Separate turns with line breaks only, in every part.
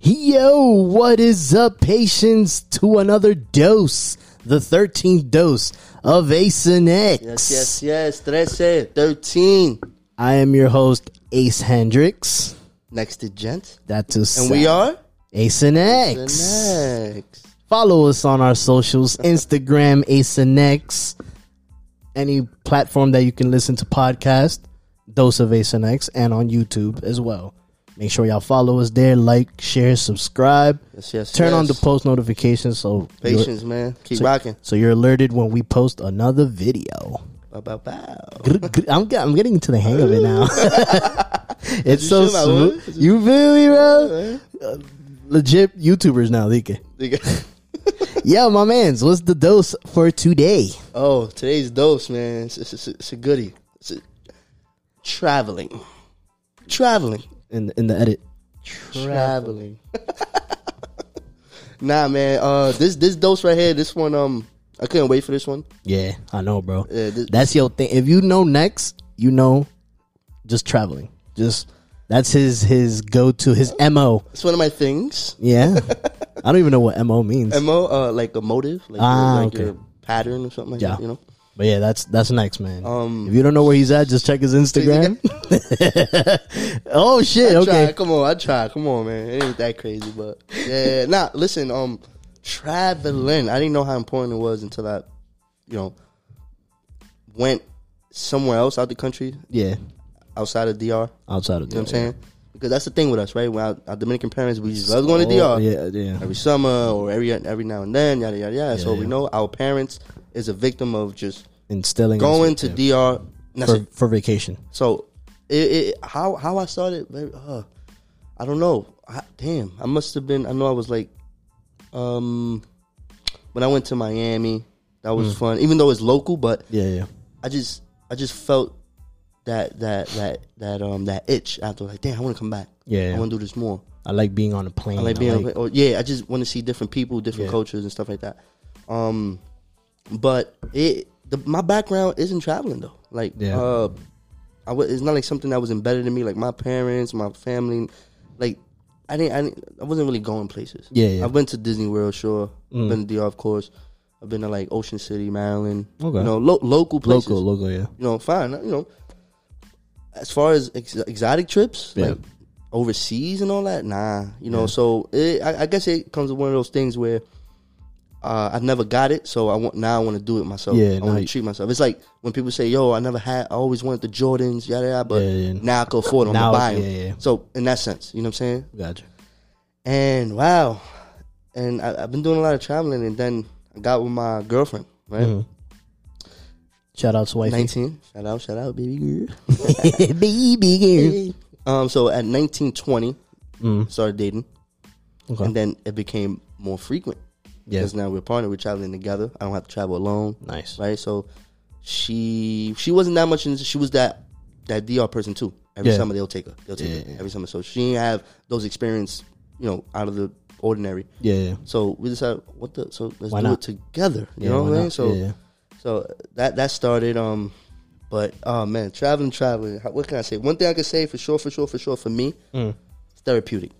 Yo, what is up, patients? To another dose, the 13th dose of Asin X.
Yes, yes, yes. 13, 13.
I am your host, Ace Hendricks.
Next to Gent.
That's too
And we are
Asin
the
X.
next.
Follow us on our socials Instagram, Asin X. Any platform that you can listen to podcast, Dose of Asin X, and on YouTube as well. Make sure y'all follow us there, like, share, subscribe.
Yes, yes.
Turn
yes.
on the post notifications so you're-
Patience, man. Keep rocking.
So you're alerted when we post another video.
Bow, bow, bow.
Gr- gr- I'm, get- I'm getting into the hang of it now. it's so
see my
smooth. You feel me, bro? Uh, legit YouTubers now, they can. Yeah, my man's. What's the dose for today?
oh, today's dose, man. It's, it's, it's, it's a goodie. It's a, traveling. Traveling.
In in the edit.
Traveling. nah, man. Uh, this this dose right here. This one. Um, I couldn't wait for this one.
Yeah, I know, bro.
Yeah, this,
That's your thing. If you know next, you know, just traveling. Just that's his his go to his mo.
it's one of my things.
Yeah, I don't even know what mo means.
mo uh like a motive like,
Ah,
your, like
okay.
your pattern or something like
Yeah.
that you know
But yeah, that's that's next, man.
Um,
if you don't know where he's at, just check his Instagram. oh shit!
okay.
Okay,
come on i try come on man it ain't that crazy but yeah nah listen um traveling i didn't know how important it was until i you know went somewhere else out the country
yeah.
outside of dr you know
Outside of
what i'm
that,
saying because that's the thing with us right when our, our dominican parents we just love
yeah.
going to
Oh,
dr
yeah, yeah,
every summer or every every now and then yada yada yada so
yeah.
we know our parents is a victim of just
instilling us
going
with
to
him
dr that's
for, for vacation.
So, it, it how how I started, baby, uh, I don't know. I, damn, I must have been. I know I was like, um, when I went to Miami, that was
Hmm.
fun. Even though it's local, but
Yeah, yeah.
I just I just felt that that that that um that itch after like, damn, I want to come back.
Yeah, yeah.
I want to do this more.
I like being on a plane.
I like being, or, yeah, I just want to see different people, different
Yeah.
cultures, and stuff like that. Um, but it, the, my background isn't traveling though. Like,
Yeah.
uh, I w- it's not like something that was embedded in me. Like my parents, my family, like I didn't, I, didn't, I wasn't really going places.
Yeah, Mm. yeah.
I went to Disney World, sure. I've been to DR, of course. I've been to like Ocean City, Maryland.
Okay.
You know, lo- local places.
local, local. Yeah,
You know, fine. You know, as far as ex- exotic trips,
yeah,
like overseas and all that nah you know so it, I, I guess it comes to one of those things where uh, i never got it so i want now i want to do it myself
Yeah,
i
now
want
you-
to treat myself it's like when people say yo i never had i always wanted the jordans yada yada but
Yeah, yeah.
now i can afford them
Now,
i'm gonna buy them
yeah, yeah.
so in that sense you know what i'm saying
gotcha.
and wow and I, i've been doing a lot of traveling and then i got with my girlfriend right
Mhm. Shout out to wifey,
19 shout out shout out baby girl
baby
um so at 19 20
girl. Mm,
started dating
okay.
and then it became more frequent
Yeah.
because now we're partnered, we're traveling together. I don't have to travel alone,
nice.
right? So she she wasn't that much. Into, she was that that DR person too. Every
Yeah.
summer they'll take her, they'll take
Yeah,
her
yeah.
every summer. So she didn't have those experience, you know, out of the ordinary.
Yeah, yeah.
So we decided, what the so let's
Why
do
not?
it together. You
Yeah,
know
why
what I mean?
not?
So
yeah, yeah.
so that that started. Um, but oh man, traveling, traveling. How- What can I say? One thing I can say for sure, for sure, for sure, for me,
Mm.
it's therapeutic,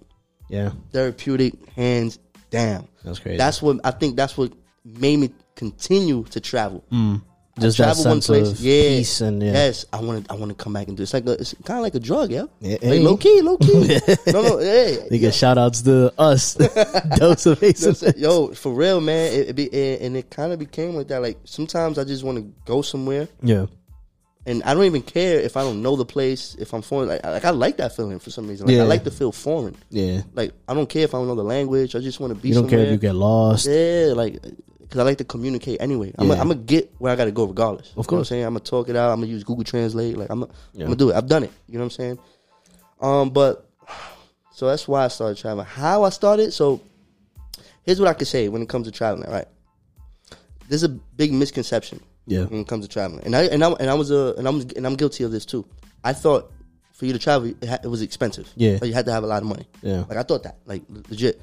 yeah,
therapeutic, hands down.
that's crazy.
That's what I think. That's what made me continue to travel.
mm, just that
travel one
sense
place,
of
yeah.
peace and yeah.
Yes, I want to. I want to come back and do. It's like a, it's kind of like a drug, yeah.
Yeah, hey.
like low key, low key. no, no, hey,
They get shout outs to us. Dose of
You know what I'm
Ace.
saying? yo, for real, man. It, it be and and it kind of became like that. Like sometimes I just want to go somewhere,
Yeah.
and I don't even care if I don't know the place. If I'm foreign, like, I- like I like that feeling for some reason. Like
Yeah.
I like to feel foreign.
Yeah.
Like I don't care if I don't know the language. I just want to be.
You don't
somewhere.
care if you get lost.
Yeah, like because I like to communicate anyway. I'm
Yeah.
gonna get where I gotta go regardless.
Of
You know what I'm
course.
saying I'm gonna talk it out. I'm gonna use Google Translate. Like I'm, gonna-
Yeah.
I'm gonna do it. I've done it. You know what I'm saying? Um, but so that's why I started traveling. How I started? So here's what I can say when it comes to traveling. Right, there's a big misconception
Yeah.
when it comes to traveling, and I and I and I was a and I'm and I'm guilty of this too. I thought for you to travel, it, ha- it was expensive.
Yeah.
Like, you had to have a lot of money.
Yeah.
Like I thought that, like legit,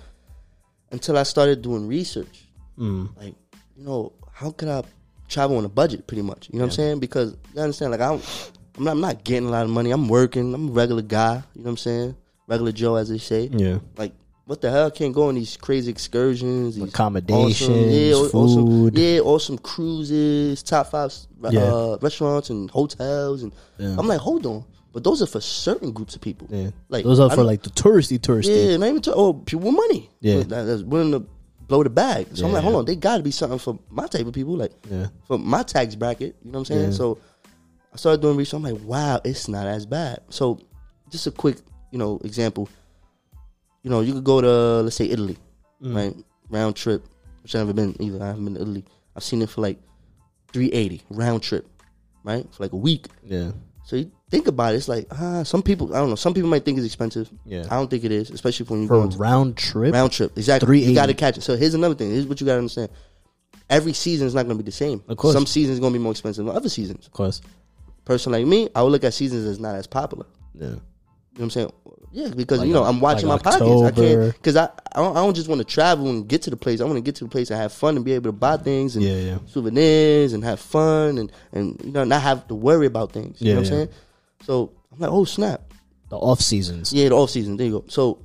until I started doing research
Mm.
like you know how could i travel on a budget pretty much you know what i'm saying because you understand like i don't, I'm, not, I'm not getting a lot of money i'm working i'm a regular guy you know what i'm saying regular joe as they say
Yeah.
like what the hell? I can't go on these crazy excursions, these
Accommodations,
awesome, yeah, awesome-
food.
yeah, awesome cruises, top five uh,
Yeah.
restaurants and hotels, and
Yeah.
I'm like, hold on, but those are for certain groups of people.
Yeah.
like
Those are
I
for
don't-
like the touristy, touristy.
yeah, not even to, oh people with money.
Yeah.
that, that's willing to blow the bag. So I'm
Yeah.
like, hold on, they got to be something for my type of people, like
Yeah.
for my tax bracket. You know what I'm saying?
Yeah.
So I started doing research. I'm like, wow, it's not as bad. So just a quick, you know, example. You know, you could go to let's say Italy,
Mm.
right? Round trip, which I've never been either. I haven't been to Italy. I've seen it for like 380 round trip, right? For like a week.
Yeah.
So you think about it, it's like ah, some people I don't know. Some people might think it's expensive.
Yeah.
I don't think it is, especially when you
For
go
a
to
round trip.
round trip. Exactly, you
380.
got to catch it. So here's another thing. Here's what you got to understand. Every season is not going to be the same.
Of course.
some seasons going to be more expensive than other seasons.
of course.
Person like me, I would look at seasons as not as popular.
Yeah.
You know what I'm saying? Yeah, because
Like
you know
Oc-
I'm watching
like
my pockets. I
October.
can't because I I don't, I don't just want to travel and get to the place. I want to get to the place and have fun and be able to buy things and
Yeah, yeah.
souvenirs and have fun and and you know not have to worry about things. You
Yeah,
know what
yeah.
I'm saying? So I'm like, oh snap.
The off seasons.
Yeah, the off season. There you go. So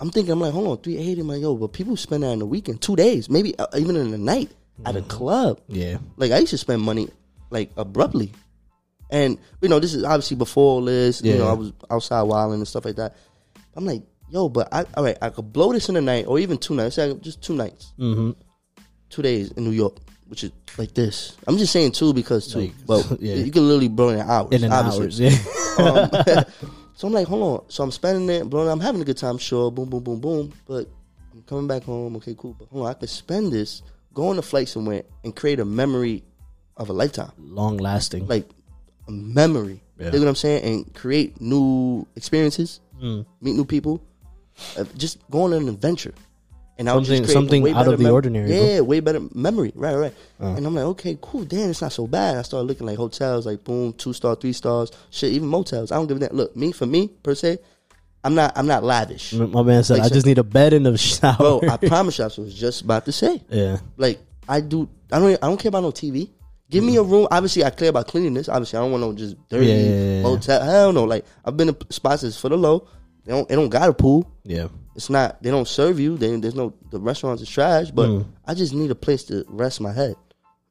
I'm thinking, I'm like, hold on, 380. I'm like, yo, but people spend that in the weekend, two days, maybe uh, even in the night at a
Mm-hmm.
club.
Yeah.
Like I used to spend money like abruptly, and you know this is obviously before all this.
Yeah.
You know I was outside wilding and stuff like that. I'm like, yo, but I all right, I could blow this in a night or even two nights, like, just two nights,
Mm-hmm.
two days in New York, which is like this. I'm just saying two because two,
Like,
but
yeah.
you can literally blow it in hours.
In an
obviously.
hours. Yeah.
Um, so I'm like, hold on. So I'm spending it, blowing. I'm having a good time, sure. Boom, boom, boom, boom. But I'm coming back home. Okay, cool. But hold on, I could spend this, go on a flight somewhere, and create a memory of a lifetime.
Long lasting.
Like a memory.
Yeah.
You know what I'm saying? And create new experiences,
Mm.
meet new people. Uh, just go on an adventure. And I'll
Something-
just create a
something
way
out of
better
the
mem-
ordinary, bro. Uh.
Yeah, way better memory. Right, right. And I'm like, okay, cool. Damn, it's not so bad. I started looking like hotels, like boom, two star, three stars, shit, even motels. I don't give a damn. Look, me for me per se, I'm not, I'm not lavish,
My man said,
Like,
"I just need a bed and a shower."
bro. I promise you, I was just about to say,
yeah.
like, I do, I don't, I don't care about no TV. Give me a room. Obviously, I care about cleanliness. Obviously, I don't want no just dirty
Yeah, yeah, yeah, yeah.
hotel. Hell no. Like, I've been to spots that's for the low. They don't, they don't got a pool.
Yeah.
It's not. They don't serve you. They, there's no. The restaurants is trash. But
Mm.
I just need a place to rest my head.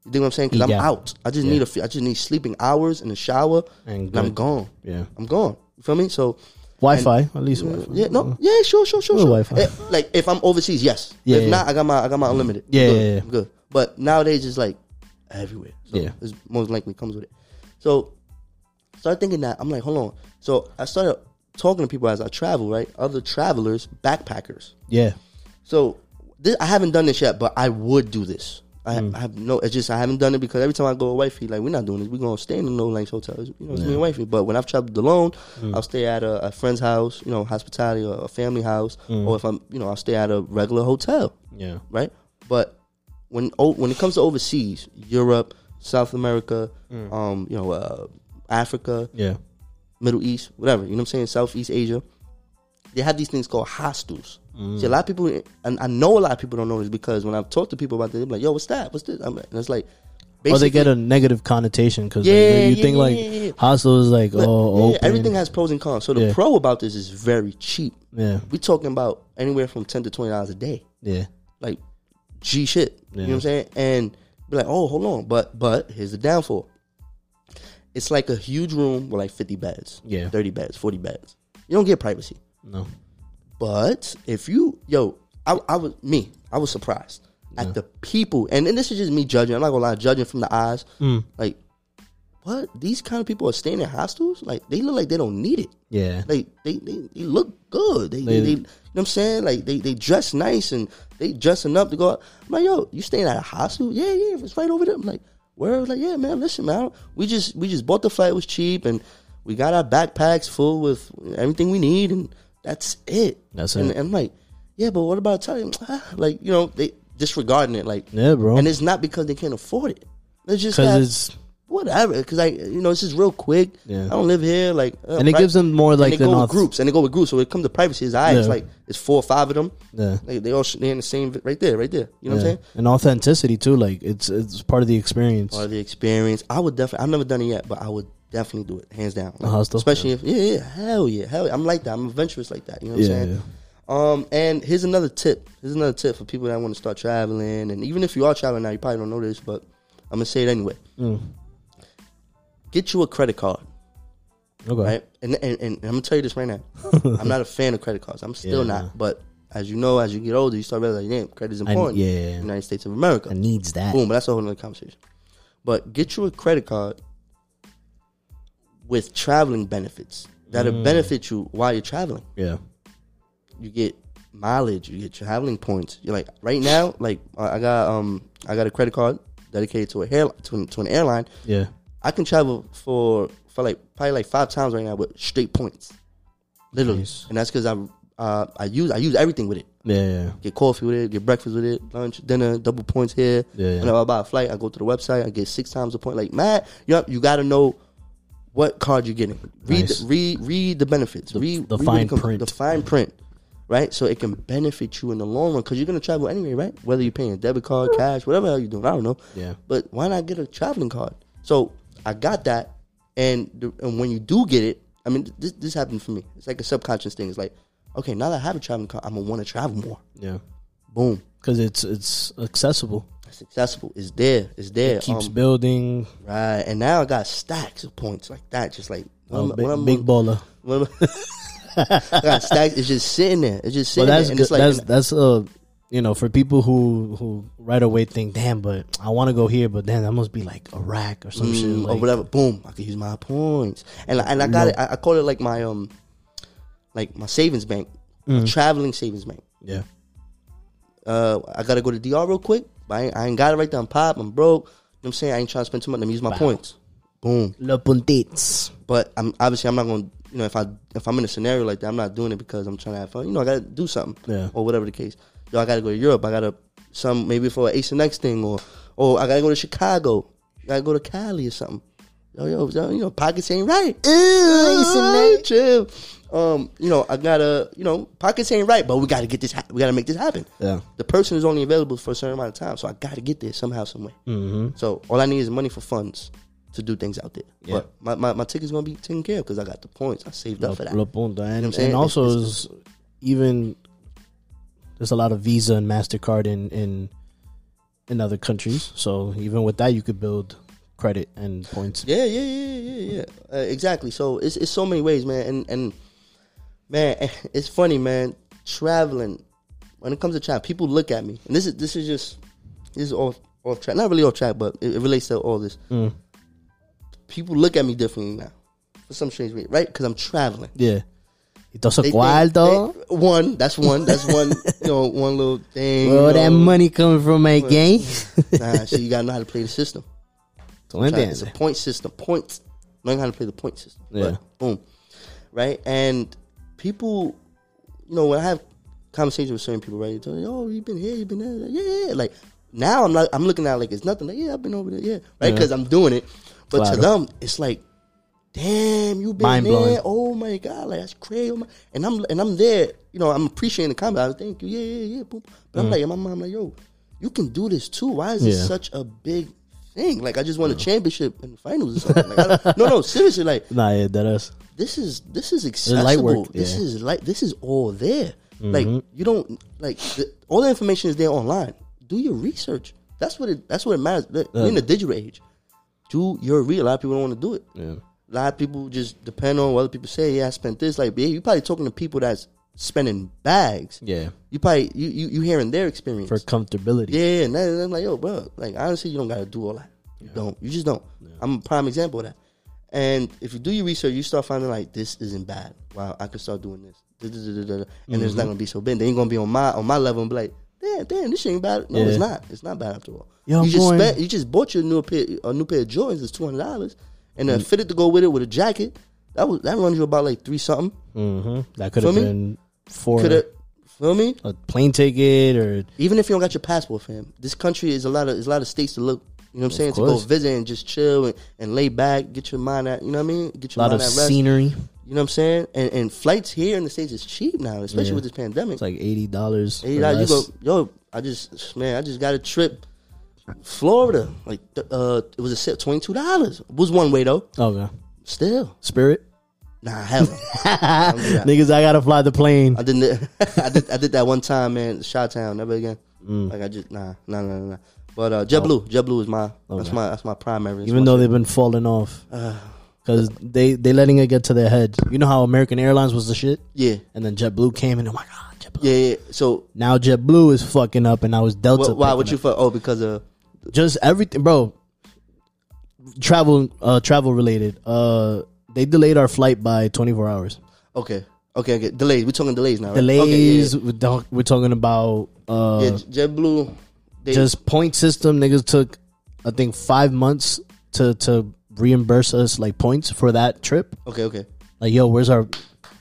You think what I'm saying? Because I'm
Yeah.
out. I just need a. f- I just need sleeping hours and a shower,
And
and, I'm
good.
gone.
Yeah.
I'm gone. You feel me? So
Wi-Fi, at least Wi-Fi.
yeah, no, yeah, sure, sure, sure,
Little
sure.
Wi-Fi.
Eh, like if I'm overseas, yes.
Yeah,
if
yeah.
not, I got my I got my unlimited.
Yeah,
good,
yeah, yeah.
I'm good. But nowadays it's like everywhere. So
Yeah.
it's most likely comes with it. So start thinking that I'm like, hold on. So I started talking to people as I travel, right? Other travelers, backpackers.
Yeah.
So this, I haven't done this yet, but I would do this. I, I have no. It's just I haven't done it because every time I go to wifey, like we're not doing this. We're gonna stay in the no length hotels. You know, it's me and wifey. But when I've traveled alone, I'll stay at a, a friend's house. You know, hospitality or a family house, or if I'm, you know, I'll stay at a regular hotel,
Yeah.
right? But when o- when it comes to overseas, Europe, South America, um, you know, uh, Africa,
Yeah.
Middle East, whatever. You know what I'm saying? Southeast Asia. They have these things called hostels. See, a lot of people, and I know a lot of people don't know this because when I've talked to people about this, they're like, yo, what's that? What's this? I'm, and it's like,
Or Oh, they
basically,
get a negative connotation because
Yeah,
you
yeah,
think
yeah,
like
yeah, yeah.
hostel is like oh
yeah,
open.
everything has pros and cons. So the
Yeah.
pro about this is very cheap.
Yeah.
We're talking about anywhere from 10 to $20 a day.
Yeah.
Like, G shit. You know what I'm saying? And be like, oh, hold on. But, but here's the downfall it's like a huge room with like 50 beds,
Yeah.
30 beds, 40 beds. You don't get privacy.
No.
But if you, yo, I, I was me, I was surprised at the people, and, and this is just me judging. I'm not gonna lie, judging from the eyes. Like, what? These kind of people are staying in hostels? Like, they look like they don't need it.
Yeah.
Like, they they, they look good. They, they,
They-
they you know what I'm saying? Like, they they dress nice and they dressing up to go. out. I'm like, yo, you staying at a hostel? Yeah, yeah, it's right over there. I'm like, where? Like, yeah, man. Listen, man, I don't- we just we just bought the flight. It was cheap and. We got our backpacks full with everything we need, and that's it.
That's
And
it.
I'm like, yeah, but what about Italian? Ah, like, you know, they disregarding it. Like,
Yeah, bro.
and it's not because they can't afford it. It's just
Because
that,
it's
whatever. Because I, you know, it's just real quick.
Yeah.
I don't live here. Like, uh,
and it
pri-
gives them more
and
like
they
an
go
auth-
with groups, and they go with groups. So when it comes to privacy, it's eyes.
Yeah.
Like, it's four or five of them.
Yeah.
Like, they all sh- they in the same right there, right there. You know what I'm
Yeah.
saying?
And authenticity too. Like it's it's part of the experience.
Part of the experience. I would definitely. I've never done it yet, but I would definitely do it, hands down. Like,
hostel?
especially if yeah, yeah, hell yeah, hell. Yeah. I'm like that. I'm adventurous like that. You know what
Yeah,
I'm saying? Um, and here's another tip. Here's another tip for people that want to start traveling, and even if you are traveling now, you probably don't know this, but I'm gonna say it anyway.
Mm.
Get you a credit card,
Okay.
right? And, and and I'm gonna tell you this right now. I'm not a fan of credit cards. I'm still
Yeah.
not, but as you know, as you get older, you start realizing, damn, credit is important.
yeah.
United States of America.
I needs that.
Boom, but that's a whole other conversation. But get you a credit card with traveling benefits that'll
Mm.
benefit you while you're traveling.
Yeah.
You get mileage, you get traveling points. You're like right now, like I I got um I got a credit card dedicated to a hair to, an- to an airline.
Yeah.
I can travel for for like probably like five times right now with straight points, literally,
Nice.
and that's because I uh, I use I use everything with it
Yeah. Yeah.
get coffee with it, get breakfast with it, lunch, dinner, double points here.
Yeah, yeah.
Whenever I buy a flight, I go to the website, I get six times a point. Like, Matt, you you got to know what card you're getting. Read
Nice.
the, read read the benefits. read
the
read
fine
com-
print.
The fine print, right? So it can benefit you in the long run because you're gonna travel anyway, right? Whether you're paying debit card, cash, whatever the hell you're doing, I don't know.
Yeah.
But why not get a traveling card? So I got that, and the, and when you do get it, I mean, this this happened for me. It's like a subconscious thing. It's like, okay, now that I have a traveling card, I'm gonna want to travel more.
Yeah.
Boom.
Because it's it's accessible.
It's accessible. It's there. It's there.
Keeps
Um,
building.
right. And now I got stacks of points like that. Just like when
Oh,
I'm-
big,
when I'm-
big baller.
when I'm- I got stacks. It's just sitting there. It's just
Well,
sitting
that's
there. And
good.
it's like mm,
that's that's uh, you know, for people who who right away think, damn, but I want to go here, but then that must be like Iraq or some shit.
mm,
Like,
or whatever. Boom. I can use my points. And I- and I got it. I, I call it like my um, like my savings bank,
Mm.
my traveling savings bank.
Yeah.
Uh, I gotta go to DR real quick. But I ain't, I ain't got it right there. I'm pop. I'm broke. You know what I'm saying I ain't trying to spend too much. Let me use my points. Boom.
Le Puntites.
But I'm obviously I'm not going. to You know, if I if I'm in a scenario like that, I'm not doing it because I'm trying to have fun. You know, I got to do something,
Yeah.
or whatever the case. Yo, I got to go to Europe. I got to some maybe for an Ace and X thing, or or I got to go to Chicago. I got to go to Cali or something. Yo, yo, yo, you know, pockets ain't right. Ooh, chill. Um, you know, I gotta, you know, pockets ain't right, but we gotta get this. Ha- we gotta make this happen.
Yeah.
The person is only available for a certain amount of time, so I gotta get there somehow, some way.
Mm-hmm.
So all I need is money for funds to do things out there.
Yeah.
But my, my, my ticket's gonna be taken care of because I got the points. I saved up for that.
Le Punta. And,
I'm saying?
and also,
It's-
is even there's a lot of Visa and Mastercard in in in other countries. So even with that, you could build credit and points.
Yeah, yeah, yeah, yeah, yeah. Uh, exactly. So it's it's so many ways, man. And and man, it's funny, man. Traveling when it comes to travel, people look at me, and this is this is just this is off off track. Not really off track, but it, it relates to all this.
Mm.
People look at me differently now for some strange reason, right? Because I'm traveling.
Yeah. Entonces,
They think-
¿cuál, though?
they- one, that's one, that's one, you know, one little thing.
Where
you
all that
know.
money coming from, my gang?
Nah, so you gotta know how to play the system.
¿Tú me
Try- It's a
entiendes?
point system. Points. Learn how to play the point system. But,
Yeah.
boom. Right? And people, you know, when I have conversations with certain people, right? They tell me, oh, you've been here, you've been there. Like, yeah, yeah. Like, now I'm not, I'm looking at it like it's nothing. Like, yeah, I've been over there. Yeah. Right?
Yeah.
Because I'm doing it. But to
Claro.
them, it's like, damn, you've been
Mind
there.
blowing.
Oh my God. Like, that's crazy. Oh my. And I'm, and I'm there. You know, I'm appreciating the comment. I was thank you. Yeah, yeah, yeah. Boom. But I'm like, in my mind, I'm like, yo, you can do this too. Why is this
Yeah.
such such a big thing. Like I just won a championship in the finals. Or something. Like, I don't- no, no, seriously. Like
Nah, yeah, that is.
this is this is accessible.
light work,
This
yeah. Mm-hmm.
is like this is all there. Like you don't like the, all the information is there online. Do your research. That's what it. That's what it matters. Look, We're in the digital age. Do your read. A lot of people don't want to do it.
Yeah.
A lot of people just depend on what other people say. Yeah, I spent this. Like, yeah, you probably talking to people that's spending bags.
Yeah.
You probably you you, you hearing their experience
For comfortability.
yeah, and then I'm like, yo, bro, like honestly, you don't gotta do all that. You don't. You just don't. I'm a prime example of that. And if you do your research, you start finding like this isn't bad. Wow, I could start doing this. Da, da, da, da, da, da. And it's
Mm-hmm.
not gonna be so bad. They ain't gonna be on my on my level and be like, damn, damn, this ain't bad. No,
Yeah.
it's not. It's not bad after all.
Yo,
you
I'm
just
going-
spent, you just bought your new pair a new pair of Jordans. It's two hundred dollars, and
Mm.
a fitted to go with it with a jacket. That was that runs you about like three something.
hmm That could have
For me?
been for
Could have feel me?
a plane ticket or
even if you don't got your passport, fam, this country is a lot of is a lot of states to look. You know what I'm saying? To go
course.
visit and just chill and, and lay back, get your mind out. You know what I mean? Get
a
your
lot of
mind at rest.
scenery.
You know what I'm saying? And, and flights here in the states is cheap now, especially
Yeah.
with this pandemic.
It's like eighty dollars.
Hey, like, you go, yo, I just man, I just got a trip, Florida. Like th- uh, it was a twenty two dollars. Was one way though.
Okay.
Still,
Spirit.
Nah, hell. no. yeah.
Niggas, I gotta fly the plane.
I didn't. I did. I did that one time, man. Shot Town, never again.
Mm.
Like I just nah, nah, nah, nah. nah. But uh, JetBlue, JetBlue is my that's my that's my primary. That's
Oh. Even
my
though they've been falling off.
Uh-huh.
Because they, they letting it get to their head. You know how American Airlines was the shit?
yeah,
And then JetBlue came and oh my god, JetBlue.
yeah, yeah. So
Now JetBlue is fucking up and now it's Delta.
wh- why
picking
would you? Fuck? Oh, because of
just everything, bro. Travel, uh, travel related. Uh, they delayed our flight by twenty four hours.
okay, okay, okay. Delays. We're talking delays now. Right?
Delays. We're, talk- we're talking about uh,
Okay, yeah, yeah. yeah, JetBlue. They,
just point system. Niggas took, I think, five months to to reimburse us like points for that trip.
okay, okay.
Like, yo, where's our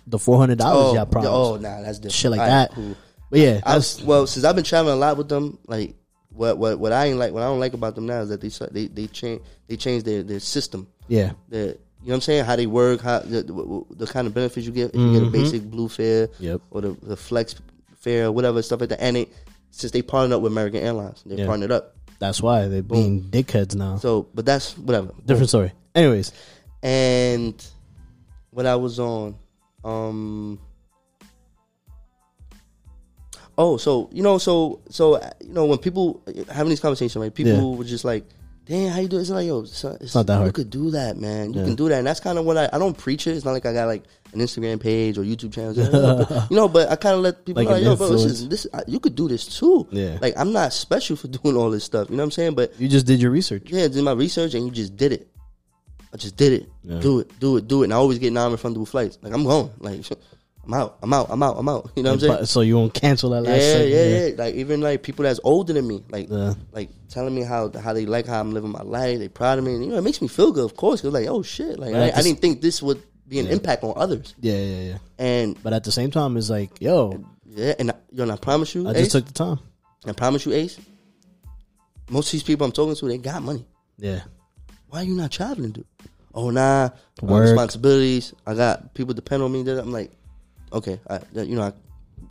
the four hundred dollars? y'all promised.
oh, nah, that's different.
Shit like that.
Alright, cool.
But yeah,
I,
that's
well, since I've been traveling a lot with them, like what what what I ain't like, what I don't like about them now is that they start- they they change they change their their system.
yeah.
Their, you know what I'm saying? How they work, how the, the, the kind of benefits you get if you get a basic blue fare
Mm-hmm. Yep.
or the, the flex fare, whatever stuff like that. And it, since they partnered up with American Airlines, they
Yeah.
partnered up.
That's why they're being dickheads now.
So, but that's whatever.
Different story. Anyways,
and what I was on. Um Oh, so you know, so so uh, you know, when people uh, having these conversations, right? People
Yeah.
were just like, "Damn, how you do?" It? It's like, "Yo, son, it's,
not that
You
hard.
could do that, man. You can do that." And that's kind of what I. I don't preach it. It's not like I got like an Instagram page or YouTube channel, you know. But I kind of let people
Like
know,
an
"Yo, bro, this is
influence.
this. I, you could do this too.
Yeah.
Like, I'm not special for doing all this stuff. You know what I'm saying? But
you just did your research.
yeah, I did my research and you just did it. I just did it.
Yeah.
Do it, do it, do it. And I always get non-refundable flights. Like I'm going. Like I'm out. I'm out. I'm out. I'm out. You know what I'm saying?
But- so you won't cancel that last
Yeah,
second,
yeah, yeah, Like even like people that's older than me, like
Yeah.
like telling me how how they like how I'm living my life. They proud of me. And, you know, it makes me feel good. Of course, because like oh shit, like
But
I,
at the
I
s-
didn't think this would be an impact on others.
yeah, yeah, yeah.
And
But at the same time, it's like, yo,
yeah, and I, yo, and I promise you,
I
Ace,
just took the time.
I promise you, Ace. Most of these people I'm talking to, they got money.
Yeah,
why you not traveling, dude? Oh nah, uh,
Work.
responsibilities. I got people depend on me. That I'm like, okay, I, that- you know, I,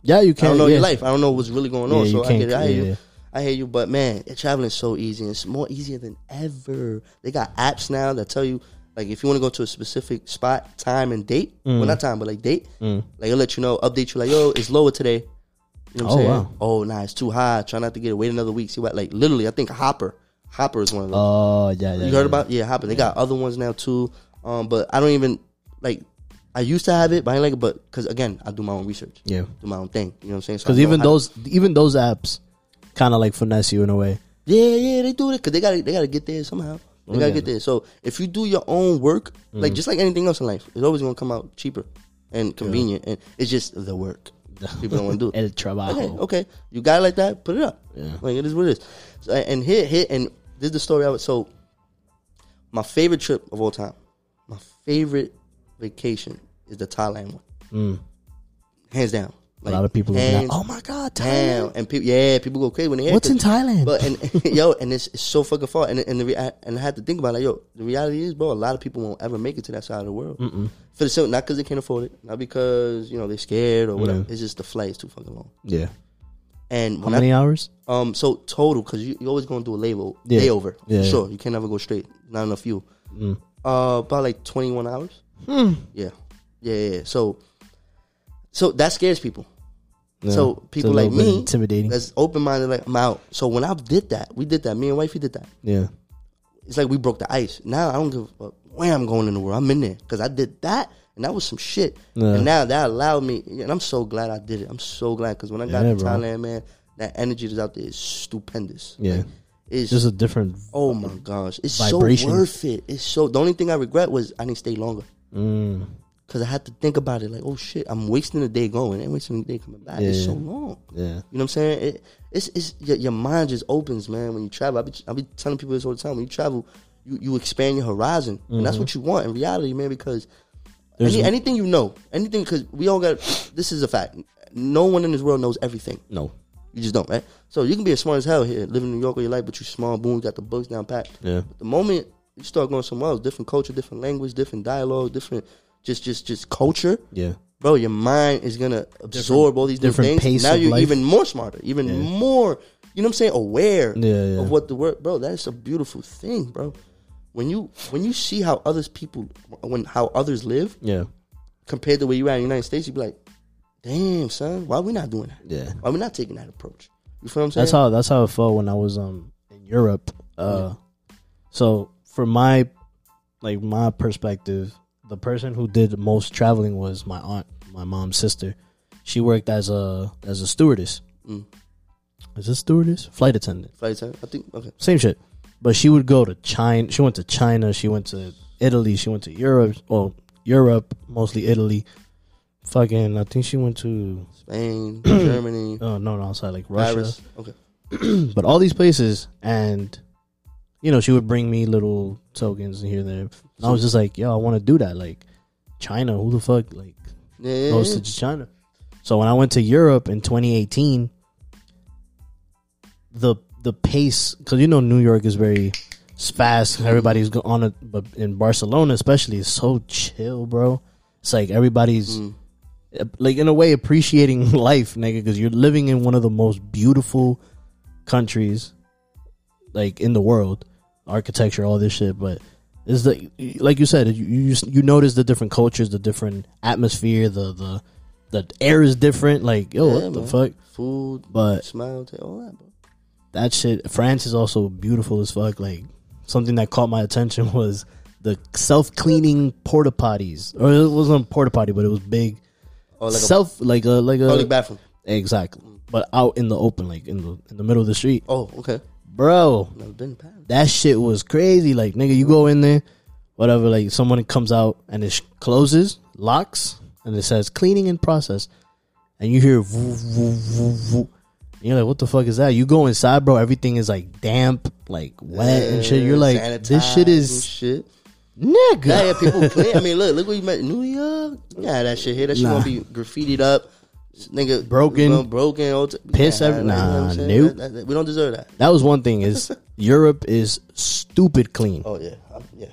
yeah, you
I
can.
don't know
yeah.
your life. I don't know what's really going on.
Yeah, you
so I get
can't-
it. I hear
yeah, yeah.
you. I hear you. But man, traveling is so easy. It's more easier than ever. They got apps now that tell you. Like if you want to go to a specific spot, time and date.
Mm.
Well, not time, but like date. Like it'll let you know, update you. Like yo, it's lower today. You know what I'm
Oh,
saying?
wow.
Oh nah, it's too high. Try not to get it. Wait another week. See what? Like literally, I think Hopper. Hopper is one of those.
Oh yeah, yeah.
You heard about yeah, Hopper. They got other ones now too. Um, but I don't even like. I used to have it, but I ain't like it. But because again, I do my own research.
Yeah,
do my own thing. You know what I'm saying? So I
because
know
even
how to-
those, even those apps, kind of like finesse you in a way.
yeah, yeah, they do it because they got to they got to get there somehow.
Oh,
They gotta get there. So if you do your own work,
Mm-hmm.
like just like anything else in life, it's always gonna come out cheaper and convenient, and it's just the work people don't want to do.
El trabajo.
okay, okay, you got it like that, put it up.
Yeah.
Like it is what it is. So, and here, here, and this is the story I would. So, my favorite trip of all time, my favorite vacation is the Thailand one, hands down.
Mm. a lot of people. are
hands
Like, oh my god, Thailand.
down. And people, yeah, people go crazy when they hear. it,
What's in
'cause-
Thailand?
But and yo, and it's, it's so fucking far. And and the rea- and I had to think about it, like yo, the reality is, bro, a lot of people won't ever make it to that side of the world. For the simple, not because they can't afford it, not because you know they're scared or whatever. It's just the flight is too fucking long.
yeah.
And
How
when I
many hours?
um, so total because you, you always gonna do a layover.
Yeah.
Layover,
Yeah. Mm.
sure. You can never go straight. Not enough fuel. Uh, about like twenty one hours.
Hmm.
Yeah. yeah, yeah, yeah. So, so that scares people. So
it's a
people
little
like
bit
me,
intimidating.
that's open minded. Like I'm out. So when I did that, we did that. Me and wifey did that.
Yeah.
It's like we broke the ice. Now I don't give a fuck where I'm going in the world. I'm in there because I did that. And that was some shit.
Yeah.
And now that allowed me, and I'm so glad I did it. I'm so glad because when I got
Yeah,
to
bro.
Thailand, man, that energy that's out there is stupendous.
Yeah.
Like, it's
Just a different.
oh my gosh, it's
Vibration.
so worth it. It's so. The only thing I regret was I didn't stay longer
Mm,
because I had to think about it. Like, oh shit, I'm wasting a day going and wasting a day coming back. It's
Yeah.
so long.
yeah.
You know what I'm saying? It, it's it's your, your mind just opens, man. When you travel, I be I be telling people this all the time. When you travel, you, you expand your horizon, and that's what you want in reality, man. Because
There's-
any, anything you know, anything, because we all got. This is a fact. No one in this world knows everything.
No.
You just don't, right? So you can be as smart as hell here, living in New York all your life, but you small, boom, you got the books down pat.
Yeah.
But the moment you start going somewhere else, different culture, different language, different dialogue, different just just just culture,
Yeah.
bro, your mind is gonna absorb all these
different
new things.
pace
now
of
you're
life.
even more smarter, even more, you know what I'm saying, aware
Yeah, yeah.
of what the word, bro. That is a beautiful thing, bro. When you when you see how others people when how others live,
Yeah.
compared to where you are in the United States, you'd be like, damn, son, why we not doing that?
Yeah.
Why we not taking that approach? You feel what I'm saying?
That's how that's how it felt when I was um in Europe. Uh so from my like my perspective, the person who did the most traveling was my aunt, my mom's sister. She worked as a as a stewardess.
Mm.
Is it stewardess? Flight attendant.
Flight attendant? I think, okay.
Same shit. But she would go to China she went to China, she went to Italy, she went to Europe well, Europe, mostly Italy. Fucking I think she went to
Spain, Germany,
oh no no outside like Russia.
Paris. Okay.
but all these places and you know she would bring me little tokens here and there and i was just like yo i want to do that like china who the fuck like
Yeah, yeah,
goes
yeah.
to china so when i went to europe in 2018 the the pace because you know new york is very it's fast everybody's go- on it but in barcelona especially it's so chill bro it's like everybody's
Mm.
like in a way appreciating life nigga because you're living in one of the most beautiful countries like in the world architecture all this shit but is the like you said you, you you notice the different cultures the different atmosphere the the the air is different like yo
Yeah,
what the
man.
fuck
Food,
but
smile, ta- all that, bro.
that shit France is also beautiful as fuck like something that caught my attention was the self-cleaning porta potties or it wasn't a porta potty but it was big
Or Oh, like a
self like a like a
public bathroom.
Exactly. But out in the open, like in the in the middle of the street.
Oh, okay.
Bro,
Never been to Paris.
that shit was crazy. Like nigga, you go in there, whatever, like someone comes out and it sh- closes, locks, and it says cleaning in process. And you hear voo, voo, voo, voo. And you're like, what the fuck is that? You go inside, bro, everything is like damp, like wet and shit. You're like, this shit
Sanitized
is
and shit.
nigga.
Yeah, yeah, people clean. I mean, look, look what you met in New York. Yeah, that shit here. That shit
Nah.
gonna be graffitied up. Nigga,
Broken.
gonna- broken, all t-
Piss
Yeah,
every-
you know what I'm
nah,
saying?
nope.
That- that- that- we don't deserve that.
That was one thing is Europe is stupid clean.
Oh yeah, i yeah.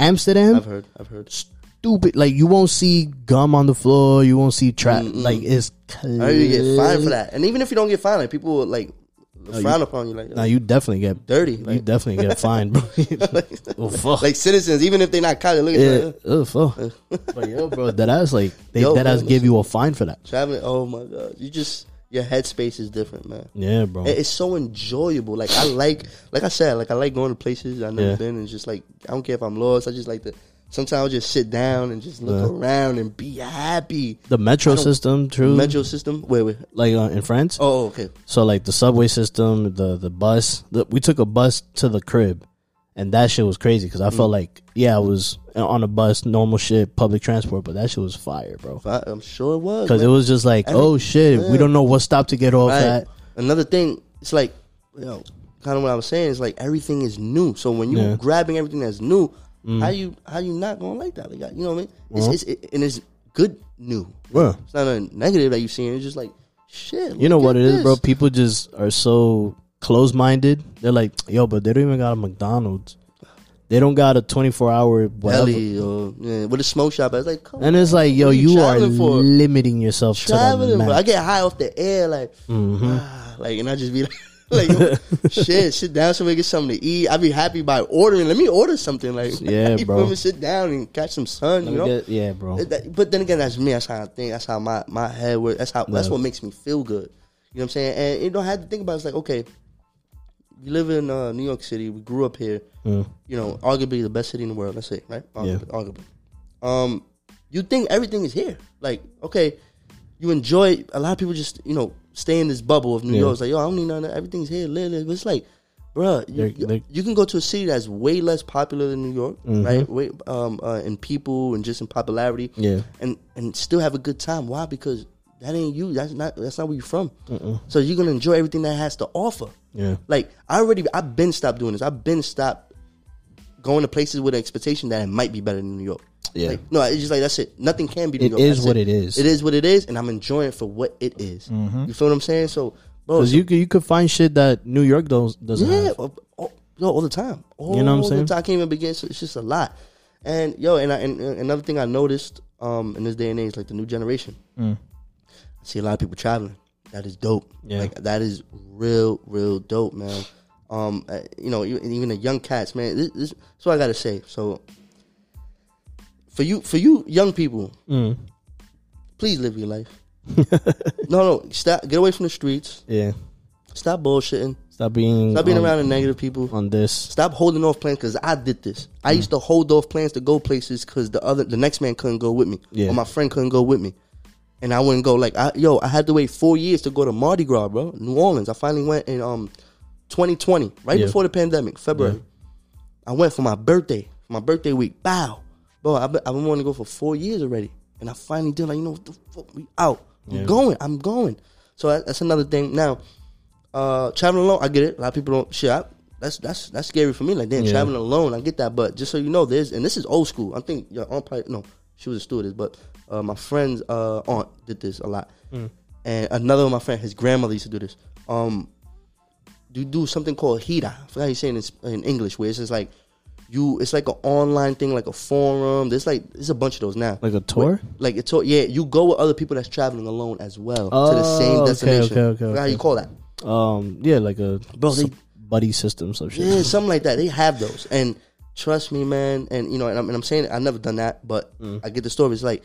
Amsterdam
I've heard, I've heard.
stupid. Like you won't see gum on the floor. You won't see trap. Like it's clean.
I heard you get fined for that, and even if you don't get fined, like, people will, like frown upon you, like
Now you definitely get
dirty,
You
like,
definitely get fined, bro. oh fuck.
like citizens, even if they're not college. Look at
yeah.
yeah.
Oh fuck. but yo, bro, that ass like they
Yo,
that ass
man,
give you a fine for that.
traveling. Oh my god, you just your headspace is different, man.
Yeah, bro.
It- It's so enjoyable. Like I like, like I said, like I like going to places I've never
Yeah.
been, and just like I don't care if I'm lost. I just like to. Sometimes I'll just sit down and just look around and be happy.
The metro
I don't-
system, true.
Metro system. Wait, wait.
like uh, in France.
Oh, okay.
So like the subway system, the the bus. The, we took a bus to the crib, and that shit was crazy because I felt
Mm.
like yeah, I was on a bus, normal shit, public transport, but that shit was fire, bro.
Fi- I'm sure it was.
Because it
man.
was just like, oh shit, we don't know what stop to get off
Right.
at.
Another thing, it's like, you know, kind of what I was saying is like everything is new. So when you
Yeah. Mm.
grabbing everything that's new, how you how you not gonna like that? Like, you know what I mean? It's, it's, it, and it's good new.
Yeah.
It's not a negative that you've seen. It's just like shit.
You know
look
what
at
it is, bro?
this.
People just are so close minded. They're like, yo, but they don't even got a McDonald's. They don't got a twenty four hour whatever.
Belly E, or yeah, with a smoke shop. I was like, come on,
And it's like, yo,
What are you
you are
traveling for?
limiting yourself to the
traveling, bro. I
max. Mm-hmm.
get high off the air, like, ah, like, and I just be like. like shit, sit down somewhere, get something to eat. I'd be happy by ordering. Let me order something, like
Yeah,
you feel
bro.
me? Sit down and catch some sun. You know,
Yeah, yeah, bro.
It- that- but then again, that's me. That's how I think. That's how my, my head works. That's how that's
Yeah.
what makes me feel good. You know what I'm saying? And you don't have to think about. It. It's like okay, we live in uh, New York City. We grew up here.
Mm,
You know, arguably the best city in the world. Let's say right.
Yeah.
Arguably, arguably. Um, you think everything is here? Like okay, you enjoy. A lot of people just you know stay in this bubble of New
Yeah.
York. It's like yo, I don't need none of that. Everything's here. Live, live. But it's like. Bruh, you,
They're-
you-
they're- Mm-hmm.
you can go to a city that's way less popular than New York, right? Way, um, uh, in people and just in popularity,
Yeah.
and and still have a good time. Why? Because that ain't you. That's not that's not where you're from. So you're gonna enjoy everything that has to offer.
Yeah.
Like I already, I've been stopped doing this. I've been stopped going to places with an expectation that it might be better than New York.
Yeah.
Like, no, it's just like that's it. Nothing can be. New
It
York.
is
That's
what it is. Mm-hmm.
It is what it is, and I'm enjoying it for what it is. You feel what I'm saying? Oh, So, bro,
Because you could you could find shit that New York does, doesn't
yeah,
have.
all, all, yo, all the time. All
You know what I'm saying?
The time. I can't even begin. So it's just a lot. And yo, and, I, and, and another thing I noticed um, in this day and age, like the new generation,
Mm.
I see a lot of people traveling. That is dope.
Yeah.
Like that is real, real dope, man. Um, uh, you know, you- and even the young cats, man. This, this, that's what I gotta say. So, for you for you young people,
Mm.
please live your life. no, no, stop. Get away from the streets.
Yeah.
Stop bullshitting.
Stop being
Stop being
on,
around the negative people.
on this.
Stop holding off plans because I did this. I
Mm.
used to hold off plans to go places because the other, the next man couldn't go with me,
Yeah.
or my friend couldn't go with me, and I wouldn't go. Like, I, yo, I had to wait four years to go to Mardi Gras, bro, New Orleans. I finally went in um, 2020, right
Yeah.
before the pandemic, February. I went for my birthday, my birthday week. Bow, bro, I've been, I've been wanting to go for four years already, and I finally did. Like, you know what the fuck, we out. I'm
Yeah.
going. I'm going. So that, that's another thing. Now, uh, traveling alone, I get it. A lot of people don't shit. I, that's that's that's scary for me. Like damn,
Yeah.
traveling alone, I get that. But just so you know, there's and this is old school. I think your aunt probably no, she was a stewardess, but uh, my friend's uh, aunt did this a lot,
Mm.
and another of my friend, his grandmother used to do this. Um, you do something called HIDA. I forgot how you say it in, in English, where it's just like you. It's like an online thing, like a forum. There's like there's a bunch of those now.
Like a tour?
Like it's all yeah, you go with other people that's traveling alone as well to the
Oh,
same
okay,
destination.
okay, okay,
Forgot How
okay.
you call that?
Um, yeah, like a
Bro, they-
some buddy system, some shit.
Yeah, something like that. They have those, and trust me, man. And you know, and I'm, and I'm saying I've never done that, but
Mm.
I get the story. It's like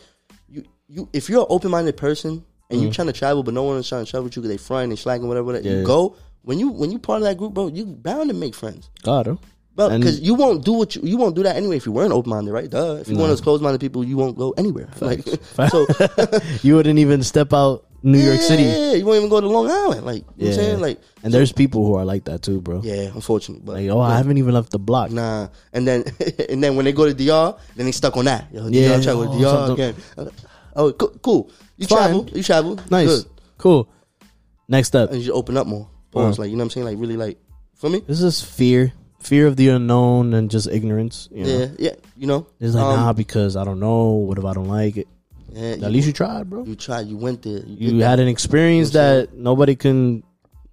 you, you, if you're an open minded person and you're trying to travel, but no one is trying to travel with you because they frying and slacking, whatever. whatever
Mm. Yeah.
You go when you when you part of that group, bro. You bound to make friends.
Got him.
Bro,
And-
because you won't do what you, you won't do that anyway if you weren't open minded, right? Duh. If you're one of those closed minded people, you won't go anywhere. Like, so
You wouldn't even step out New York
yeah,
City.
yeah, you won't even go to Long Island. Like, you know what I'm saying? Like,
and there's people who are like that too, bro.
yeah, unfortunately, but
Like, oh, I haven't even left the block.
Nah, and then and then when they go to DR, then they stuck on that. Yo,
Yeah,
yeah, DR, travel
oh,
to DR
something-
again. Oh, cool. cool. You
Fine.
travel, you travel,
Nice,
Good.
cool. Next up,
And you should open up more.
Uh-huh.
Pause, like you know what I'm saying, like really like for me.
this is fear, fear of the unknown and just ignorance. You know?
Yeah, yeah, you know.
It's like
Um,
nah, because I don't know. What if I don't like it?
yeah,
At
you,
least you tried, bro.
you tried, you went there, you,
You
did
had an experience that nobody can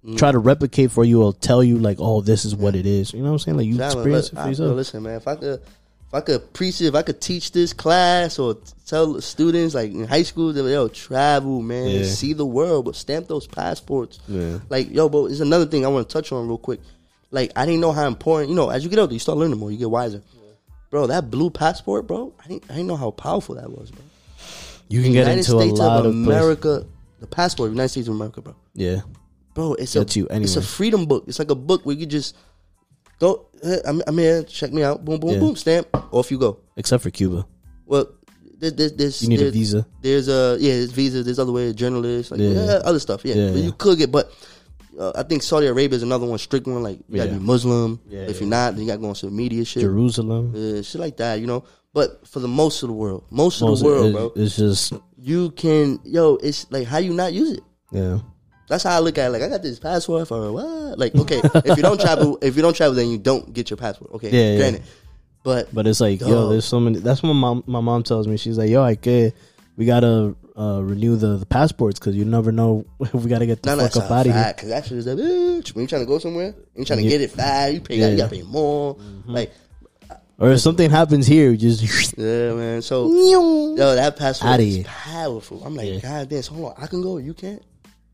Mm.
try to replicate for you or tell you like, oh, this is what it is. You know what I'm saying? Like you
that. Traveling,
experienced it
look,
for
I- yo,
yourself.
listen, man, if I could. If I could preach it, if I could teach this class or t- tell students like in high school, they yo travel, man,
Yeah.
see the world, but stamp those passports.
Yeah.
Like, yo, bro, it's another thing I want to touch on real quick. Like, I didn't know how important, you know, as you get older, you start learning more, you get wiser. Bro, that blue passport, bro, I didn't, I didn't know how powerful that was, bro.
You can get
United
into a
States
lot
of
of places.
America, the passport of United States of America, bro.
Yeah,
Bro, it's
Gets
a
you
it's a
anywhere.
freedom book. It's like a book where you just go. eh, I'm, I'm here. Check me out. Boom, boom,
Yeah.
boom. Stamp. Off you go.
except for Cuba,
Well, there, there, there's
you need
there-
a visa.
there's a yeah, there's visa. There's other way, journalists, like
Yeah.
yeah, other stuff. Yeah,
Yeah,
but
yeah.
you could get. But uh, I think Saudi Arabia is another one, strict one. Like you gotta
Yeah.
be Muslim.
Yeah,
if
yeah.
you're not, then you gotta go on some media shit,
Jerusalem,
uh, shit like that. You know. But for the most of the world, most,
Most
of the world, bro,
It's just
you can yo. It's like how you not use it.
yeah.
That's how I look at it. Like I got this passport for what? Like okay, if you don't travel, if you don't travel, then you don't get your passport. Okay,
Yeah, yeah.
granted. But
But it's like, yo,
Dog.
there's so many. That's what my my mom tells me. She's like, yo, I kid, we gotta uh, renew the, the passports because you never know. we gotta get the
None of
fuck
that's
up out of here.
Because that shit is like, bitch, when you trying to go somewhere, you trying to
Yeah.
get it fast, you pay,
Yeah. Mm-hmm.
you gotta pay more. Like,
Or if something happens here, you just
yeah, man. So,
yeah,
yo, that passport
Outta
is
here.
powerful. I'm like,
Yeah.
God damn, so hold on, I can go, you can't.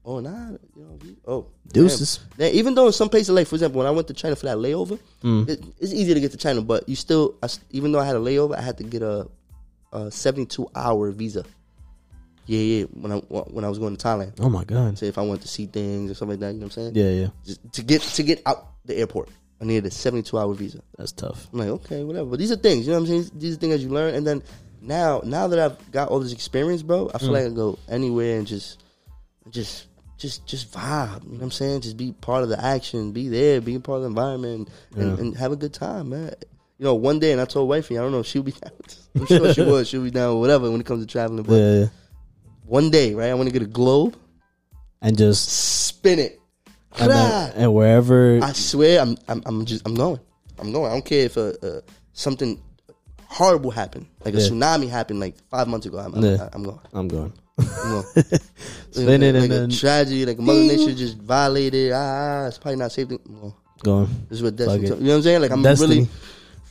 Oh, nah, you know, you- oh,
Deuces.
damn. Now, even though in some places, like for example, when I went to China for that layover, it, it's easy to get to China, but you still, I s even though I had a layover, I had to get a, a 72 hour visa. Yeah, yeah. When I when I was going to Thailand,
oh my god,
say if I wanted to see things or something like that, you know what I'm saying?
yeah, yeah,
Just to get to get out the airport. I needed a 72 hour visa.
that's tough.
I'm like, okay, whatever. But these are things, you know what I'm saying? These are things that you learn. And then now, now that I've got all this experience, bro, I feel like I can go anywhere and just, just, just, just vibe. You know what I'm saying? Just be part of the action, be there, be part of the environment, and, and, have a good time, man. You know, one day, and I told wifey, I don't know if she'll be down. I'm sure she would. She'll be down, with whatever, when it comes to traveling. But
Yeah,
one day, right? I want to get a globe,
and just
spin it.
and,
Rah!
then- and wherever
I swear, I'm, I'm, I'm just, I'm going, I'm going. I don't care if uh, uh, something horrible happened, like a
Yeah.
tsunami happened like five months ago. I'm, I'm,
Yeah.
I'm going.
I'm going.
I'm going.
Spin
like,
it
like
and
a
then
tragedy, like Mother Nature just violated. Ah, it's probably not safe. To, I'm going.
going.
This is what
Fuck
destiny.
it.
tell- You know what I'm saying? Like I'm
Destiny.
really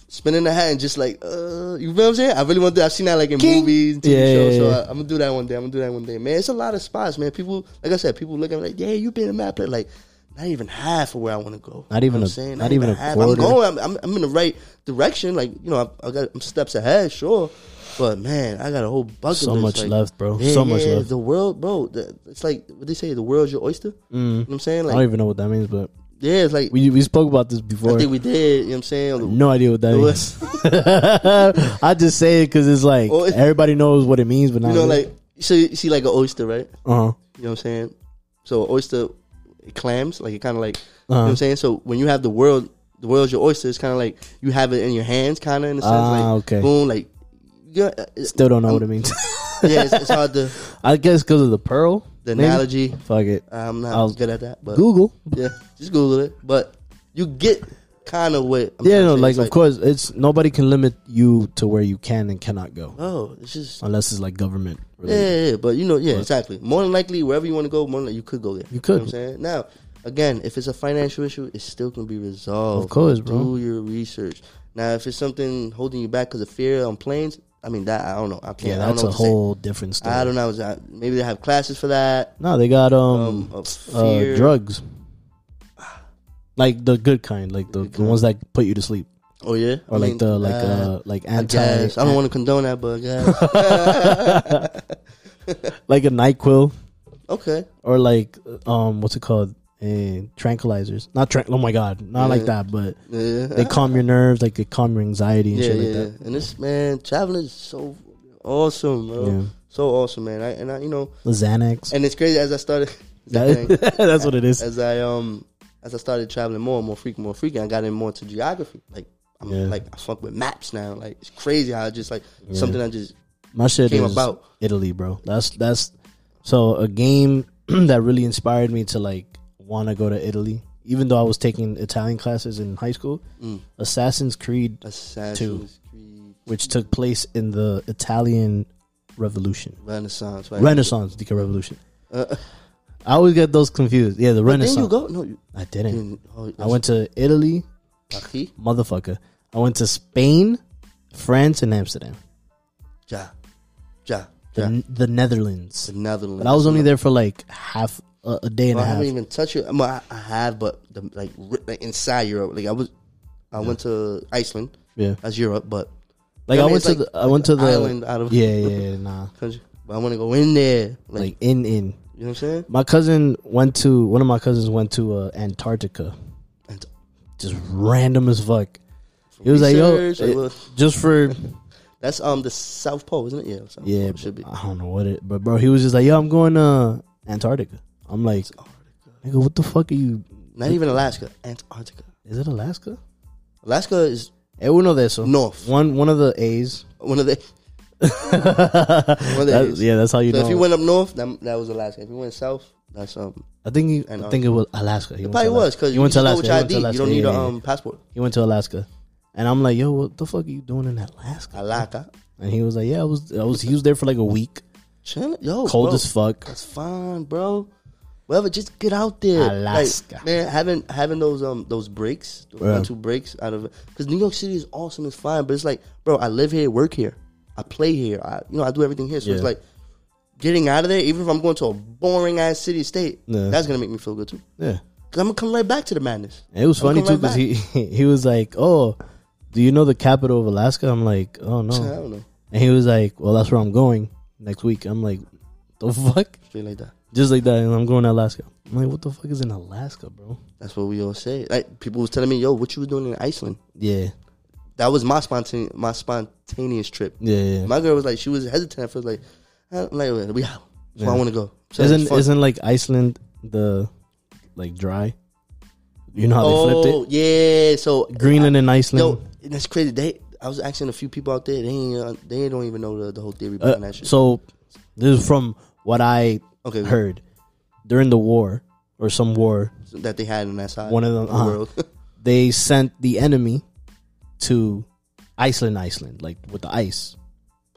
spinning the hat and just like, uh, you know what I'm saying? I really want to. do I've seen that like in movies, and TV
Yeah,
shows.
yeah,
so
yeah.
I, I'm gonna do that one day. I'm gonna do that one day, man. It's a lot of spots, man. People, like I said, people look at me like, yeah, you've been in mad place. Like not even half of where I want to go.
Not even
You know what I'm
a-
saying?
not even a
half.
quarter.
I'm going. I'm, I'm, I'm in the right direction. Like you know, I, I got I'm steps ahead, sure. But man, I got a whole bucket.
So
list,
much
like,
left, bro.
yeah,
So much
yeah,
left. Mm.
The world, bro. The, it's like what they say. The world's your oyster. You know what I'm saying?
I don't
Like
even know what that means, but
yeah, it's like
we we spoke about this
I
before.
think we did. You know what I'm saying? The-
No idea what that
the-
means. I just say it because it's like
Well, it's-
everybody knows what it means, but not
Oh, you know, like so you see like an oyster, right?
uh huh.
You know what I'm saying? So oyster it clams, like it kind of like you know
Uh-huh.
what I'm saying. So when you have the world, the world's your oyster. It's kind of like you have it in your hands, kind of in a sense.
Ah,
like
okay.
boom, like yeah, it-
Still don't know what it means.
yeah. It's, it's hard to
I guess because of the pearl.
the
maybe?
analogy. Uh,
Fuck it.
I'm not
I'll-
good at that, but
Google.
yeah, just Google it. But you get kind of what I'm
Yeah,
trying to
no,
say.
like
It's
of course, it's nobody can limit you to where you can and cannot go,
Oh, it's just
unless it's like government.
yeah,
Related.
yeah, yeah, but you know, yeah, exactly. More than likely, wherever you want to go, more than likely, you could go there.
You could.
know what I'm saying now, again, if it's a financial issue, it's still gonna be resolved.
Of course, bro.
Do your research. Now, if it's something holding you back because of fear on planes, I mean, that I don't know. I can't.
Yeah,
I don't
that's
know
a
what to say.
whole different story.
I don't know. I- Maybe they have classes for that.
no, they got
Um,
um,
of
uh,
fear.
drugs, like the good kind, like the, the ones that put you to sleep,
Oh yeah.
or
I
like
mean,
the like
uh,
uh, like
I
anti,
guess I don't want to condone that, but I guess.
like a Nyquil,
okay.
or like um, what's it called? Eh, tranquilizers, not tran. Oh my god, not like that, but
Yeah.
they calm your nerves, like they calm your anxiety and
yeah,
shit
yeah.
like that.
And this man traveling is so awesome, bro.
Yeah.
So awesome, man. I, and I, you know,
The Xanax.
and it's crazy as I started.
That- that's what it is.
as I um as I started traveling more and more freaking more freaking, I got in more into geography. Like I'm
Yeah.
like I fuck with maps now. Like it's crazy how I just like something I just
My shit
came
is
about.
Italy, bro. That's that's so a game that really inspired me to like want to go to Italy. Even though I was taking Italian classes in high school,
Mm.
Assassin's Creed,
Assassin's Creed
which took place in the Italian Revolution,
Renaissance. Right?
Renaissance, the Revolution.
Uh,
I always get those confused. Yeah, the
then you
Renaissance.
go. No, you
I didn't.
didn't. Oh,
I went to Italy,
Paris.
motherfucker. I went to Spain, France, and Amsterdam,
Ja, ja,
the,
ja.
the Netherlands.
The Netherlands.
But I was only there for like half a, a day and
Well,
a
I
half.
haven't even touched it. I, mean, I, I have, but the, like, ri- like inside Europe, like I was, I went to Iceland.
Yeah.
that's Europe, but
Like
I
I,
mean,
went
it's
to
like-
the I went to the
island out of-
yeah yeah, yeah nah
country. But I want to go in there, like,
like in in.
you know what I'm saying?
My cousin went to one of my cousins went to uh, Antarctica,
And
just random as fuck. He was like, yo,
research, like,
it-
well,
just for
that's um the South Pole, isn't it? Yeah, South
yeah,
Pole should be.
I don't know what it, but bro, he was just like, yo, I'm going to Antarctica. I'm like, nigga, what the fuck are you?
Not even Alaska, Antarctica.
Is it Alaska?
Alaska is
Eh, uno de esos.
North.
One one of the A's.
one of the. one of the
That-
A's.
yeah, that's how you
so
know.
if you went up north, that, that was Alaska. If you went south, that's um.
I think he, I
Antarctica.
think it was Alaska. He went to
Probably was
Alaska.
because
he went to
just go
Alaska.
with
He
your
went to Alaska.
ID. You don't need
Yeah,
a
yeah, yeah.
um passport.
He went to Alaska, and I'm like, "Yo, what the fuck are you doing in Alaska?"
Alaska,
And he was like, "Yeah, I was, I was, he was there for like a week,
Chilling- yo,
cold
bro.
as fuck."
That's fine, bro. Whatever, just get out there. Like,
Alaska.
man. Having having those um those breaks, those
Yeah.
one two breaks out of because New York City is awesome, it's fine, but it's like, bro, I live here, work here, I play here, I you know I do everything here, so it's
Yeah.
like getting out of there. Even if I'm going to a boring ass city state,
Yeah.
that's gonna make me feel good too.
Yeah,
Cause I'm gonna come right back to the madness.
and it was
I'm
funny too
coming
because
right
he he was like, "Oh, do you know the capital of Alaska?" I'm like, "Oh
I
no,"
don't know,
and he was like, "Well, that's where I'm going next week." I'm like, "The fuck?"
straight like that.
Just like that, and I'm going to Alaska. I'm like, "What the fuck is in Alaska, bro?"
That's what we all say. Like people was telling me, yo, what you was doing in Iceland?
Yeah,
That was my spontane my spontaneous trip.
yeah, yeah.
My girl was like, she was hesitant. I first, like, "Uh, I'm like, we out. So I want to go. So it's
isn't
fun.
isn't like Iceland the like dry? You know how they flipped
oh
it.
yeah, so
Greenland and
I,
Iceland.
yo, and that's crazy. They, I was asking a few people out there. They ain't, uh, they don't even know the, the whole theory
Uh,
behind that shit.
so this is from what I
okay,
heard during the war or some war.
that they had on that side.
One of them,
the
uh-huh.
world.
They sent the enemy to Iceland, Iceland, like with the ice,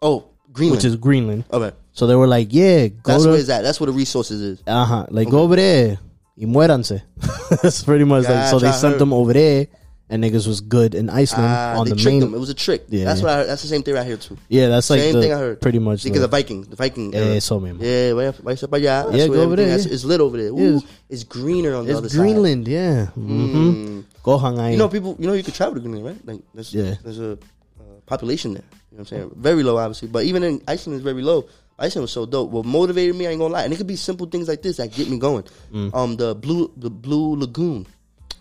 oh, Greenland.
which is Greenland.
okay,
So they were like, "Yeah, go
that's where
to
it's at. That's where the resources is.
uh huh, like go over there, y muéranse." That's pretty much like so. They
Gotcha, I
sent them over there, and niggas was good in Iceland
Ah,
on
they
the
tricked
main.
them. It was a trick.
Yeah.
that's what. I, that's the same theory I hear too.
Yeah, that's like
same
the-
thing I heard.
pretty much
because
the-
the Viking, the Viking.
Yeah,
era.
it's so many.
Yeah, way up, way up by- yeah, that's
Yeah,
where
go over
everything
there,
has-
yeah.
It's lit over there.
Yeah,
Ooh,
it's-
it's greener on the other
It's
side. Hmm.
Greenland, yeah. Mm-hmm. Gohan, I
You know, people. You know, you could travel to Greenland, right? Like, there's,
Yeah.
there's a uh, population there. You know what I'm saying? Very low, obviously, but even in Iceland, is very low. Iceland was so dope. What motivated me, I ain't gonna lie, and it could be simple things like this that get me going.
Mm.
Um, the blue, the blue lagoon,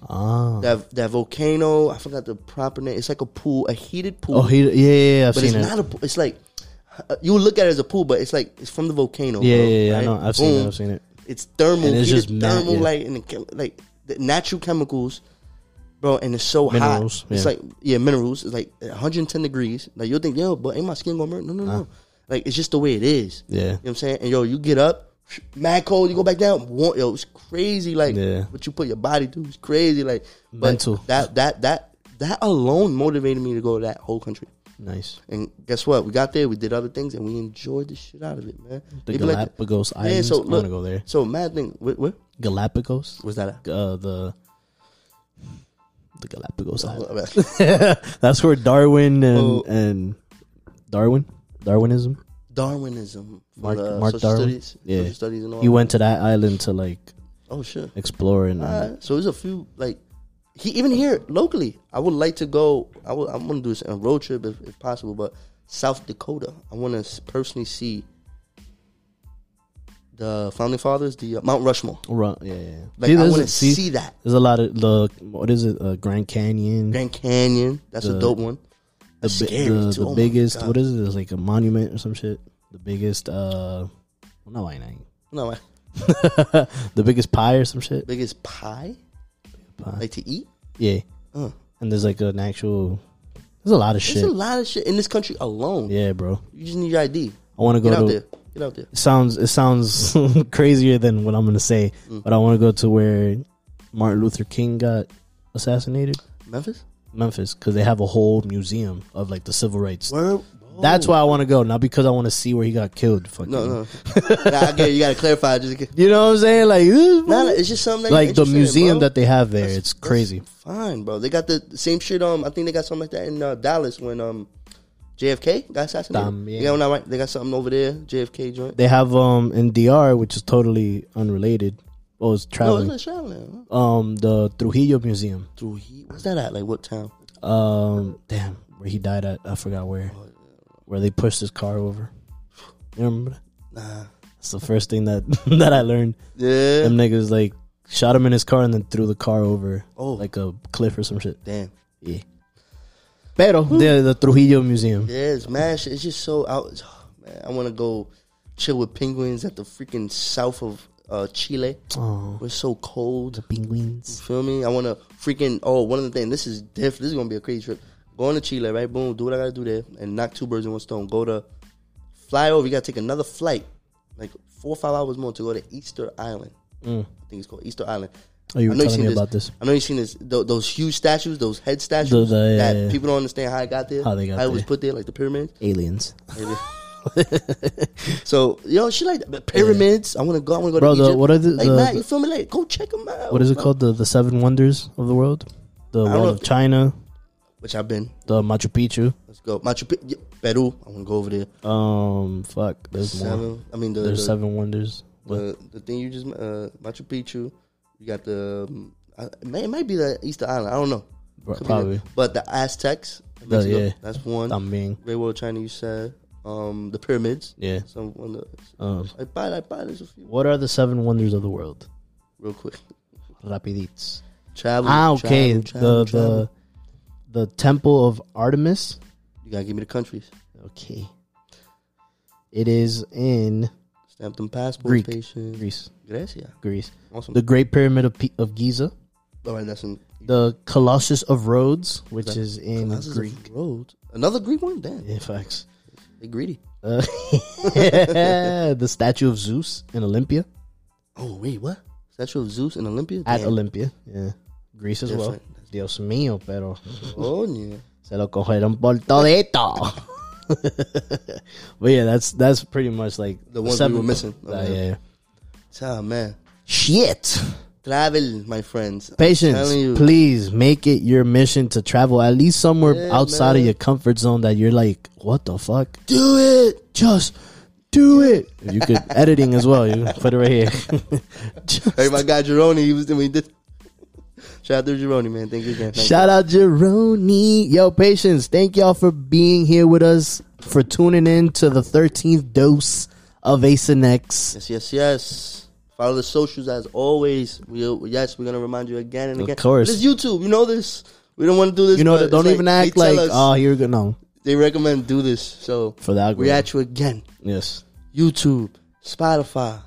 ah.
that that volcano. I forgot the proper name. It's like a pool, a heated pool.
Oh, he, yeah, yeah, yeah, I've
but
seen
it's
it.
not a pool. It's like uh, you look at it as a pool, but it's like it's from the volcano.
yeah,
bro,
yeah, yeah. I
right?
know. I've seen
Boom.
it. I've seen it.
It's thermal.
And it's
it's
just
just
mad,
thermal
yeah.
light and the chem- like the natural chemicals, bro. And it's so
Minerals,
hot. It's
yeah.
like yeah, minerals. It's like 110 degrees. Like you'll think, yo, but ain't my skin gonna burn? No, no, no. Like it's just the way it is.
Yeah.
You know what I'm saying? And yo, you get up, mad cold. You go back down. Warm, yo, it's crazy. Like
Yeah.
what you put your body through is crazy. Like but
Mental.
That that that that alone motivated me to go to that whole country.
Nice.
And guess what? We got there. We did other things, and we enjoyed the shit out of it, man.
The
They be like-
Galapagos Islands. I want to go there.
So mad thing. What, what
Galapagos.
was that? At?
Uh, the the Galapagos Islands.
Darwinism.
That's where Darwin and
Oh.
and Darwin, Darwinism.
Darwinism. for
Mark-
the
Mark
social
Darwin?
Studies,
Yeah.
Social studies and all.
He went to that island to like
Oh shit.
explore and. uh,
All right. So there's a few like. He, even here locally, I would like to go. I would, I'm gonna do this on a road trip if, if possible, but South Dakota. I want to personally see the founding fathers, the uh, Mount Rushmore.
Run, yeah, yeah.
Like I
there's-
want to see that.
There's a lot of the what is it? Uh, Grand Canyon,
Grand Canyon. That's
The-
a dope one.
the,
That's
bi-
scary
the,
too.
the
Oh my
biggest.
God.
What is it? It's like a monument or some shit. The biggest. Uh, no, I ain't.
No, my
the biggest pie or some shit.
biggest pie,
Pie.
like to eat.
yeah,
Uh,
and there's like an actual. There's a lot of
there's
shit.
a lot of shit in this country alone.
yeah, bro.
You just need your ID.
I want to
Get
go
out
to.
there. Get out there.
It sounds it sounds crazier than what I'm gonna say,
Mm.
but I want to go to where Martin Luther King got assassinated,
Memphis.
Memphis, because they have a whole museum of like the civil rights.
Where?
That's why I want to go, not because I want to see where he got killed. Fucking.
No, no. nah, I get it. You gotta clarify. Just get,
You know what I'm saying? Like, ooh,
nah, nah, it's just something that you're
like the
interested in,
museum
bro.
that they have there. it's crazy.
Fine, bro. They got the the same shit. Um, I think they got something like that in uh, Dallas when um JFK got assassinated.
Damn, yeah.
They got, one out right- they got something over there. JFK joint.
They have um in DR, which is totally unrelated. Well, it's
No, it's
traveling.
not traveling.
um, the Trujillo Museum.
Through heat. What's that at? Like what town?
Um, damn, where he died at? I forgot where.
Oh,
Where they pushed his car over. You remember? that?
Nah.
That's the first thing that that I learned.
Yeah.
Them niggas like shot him in his car and then threw the car over
Oh.
like a cliff or some shit.
Damn.
Yeah. Pero the the Trujillo Museum.
hmm. Yeah, it's mad shit. It's just so out. Man, I want to go chill with penguins at the freaking south of uh, Chile.
Oh,
We're so cold.
the penguins.
Feel me? I want to freaking. Oh, one of the things. This is diff. This is gonna be a crazy trip. Going to Chile, right? Boom. Do what I gotta do there, and knock two birds in one stone. Go to fly over. You gotta take another flight, like four or five hours more to go to Easter Island.
Mm.
I think it's called Easter Island.
Oh, you were
I know
telling
you
me
seen this.
about this.
I know you seen this. Th- those huge statues, those head
Those,
statues
uh, yeah,
that
yeah.
people don't understand how it got there,
How they got
it was
there.
put there, like the pyramids.
Aliens.
Maybe. so yo, she like the pyramids. I want to go. I want to go.
Bro,
to
the-
Egypt.
what are the-
like,
the-
Matt, you feel me? Like, go check them out.
What is it
bro.
called? The the seven wonders of the world. The
don't
wall
know.
of China.
Which I've been.
The Machu Picchu.
Let's go. Machu Picchu, Peru. I want to go over there.
Um, fuck. There's more.
Seven. I mean, the
There's
the,
seven wonders.
the, the thing you just uh, Machu Picchu. You got the. Um, I, it may- it might be the Easter Island. I don't know.
Bro,
Could be
probably.
the- but the Aztecs. in
The-
Mexico,
yeah.
That's one.
I'm being.
Great Wall of China. You said. Um, the pyramids.
Yeah.
Some one. Of,
Um,
I buy. I buy. There's a few.
what are the seven wonders of the world?
Real quick.
Rapidites.
Travel.
Ah, okay.
travel, travel,
the
travel.
the the temple of Artemis.
You gotta give me the countries.
Okay. It is in
Stamp them passports,
Greek.
patient.
Greece.
Gracias.
Greece.
Awesome.
The Great Pyramid of, P- of Giza.
All right, that's in
The Colossus of Rhodes, which
That-
is in
Colossus of
Greek.
Rhodes. Another Greek one? Damn.
Yeah, facts.
They greedy.
Uh, the statue of Zeus in Olympia.
Oh, wait, what? Statue of Zeus in Olympia?
At
Damn.
Olympia. Yeah. Greece as well.
Different.
Dios mío, pero
Oh, yeah.
se lo cogieron por todito. but yeah, that's that's pretty much like
The ones we were missing.
Uh, yeah.
Ah, man.
Shit.
Travel, my friends. I'm telling you.
Patience, please make it your mission to travel at least somewhere
Yeah,
outside of
man.
your comfort zone that you're like, what the fuck?
do it.
Just do it. You could editing as well. You put it right here. Just-
Hey, my guy Jeroni, he was doing he did. Shout out to Jeroni, man. Thank you again. Thank
Shout out Jeroni. Yo, patience. Thank y'all for being here with us, for tuning in to the 13th dose of Asinex.
Yes, yes, yes. Follow the socials as always. We yes, we're gonna remind you again and
Of
again.
course.
this is YouTube. You know this. We don't want to do this.
You know,
but
don't
it's
even
they
act
tell
like,
us-
oh, here we go. No.
they recommend do this. So
For the
we're
algorithm.
at you again.
Yes.
YouTube, Spotify,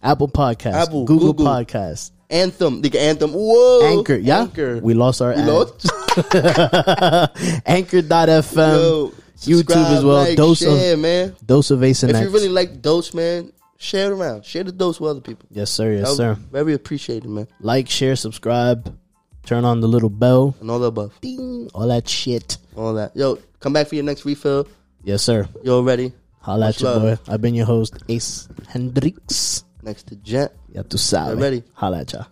Apple Podcasts,
Apple,
Google,
Google.
Podcasts,
Anthem, the Anthem. Whoa,
Anchor. Yeah.
Anchor.
We lost our
You
ad.
know?
Anchor.fm.
Yo,
YouTube as
subscribe,
well.
Like,
dose,
share,
of,
man.
dose of Asinex.
If you really like dose, man, share it around. Share the dose with other people.
yes, sir. Yes,
That
sir.
would be Very appreciated, man.
Like, share, subscribe, turn on the little bell.
And all the above.
Ding. All that shit.
All that. Yo, come back for your next refill.
Yes, sir.
You're ready.
Holla
Much
at you, boy.
love.
I've been your host, Ace Hendricks.
Next to Jet.
Ya tu sabes.
Ready.
Holla at ya.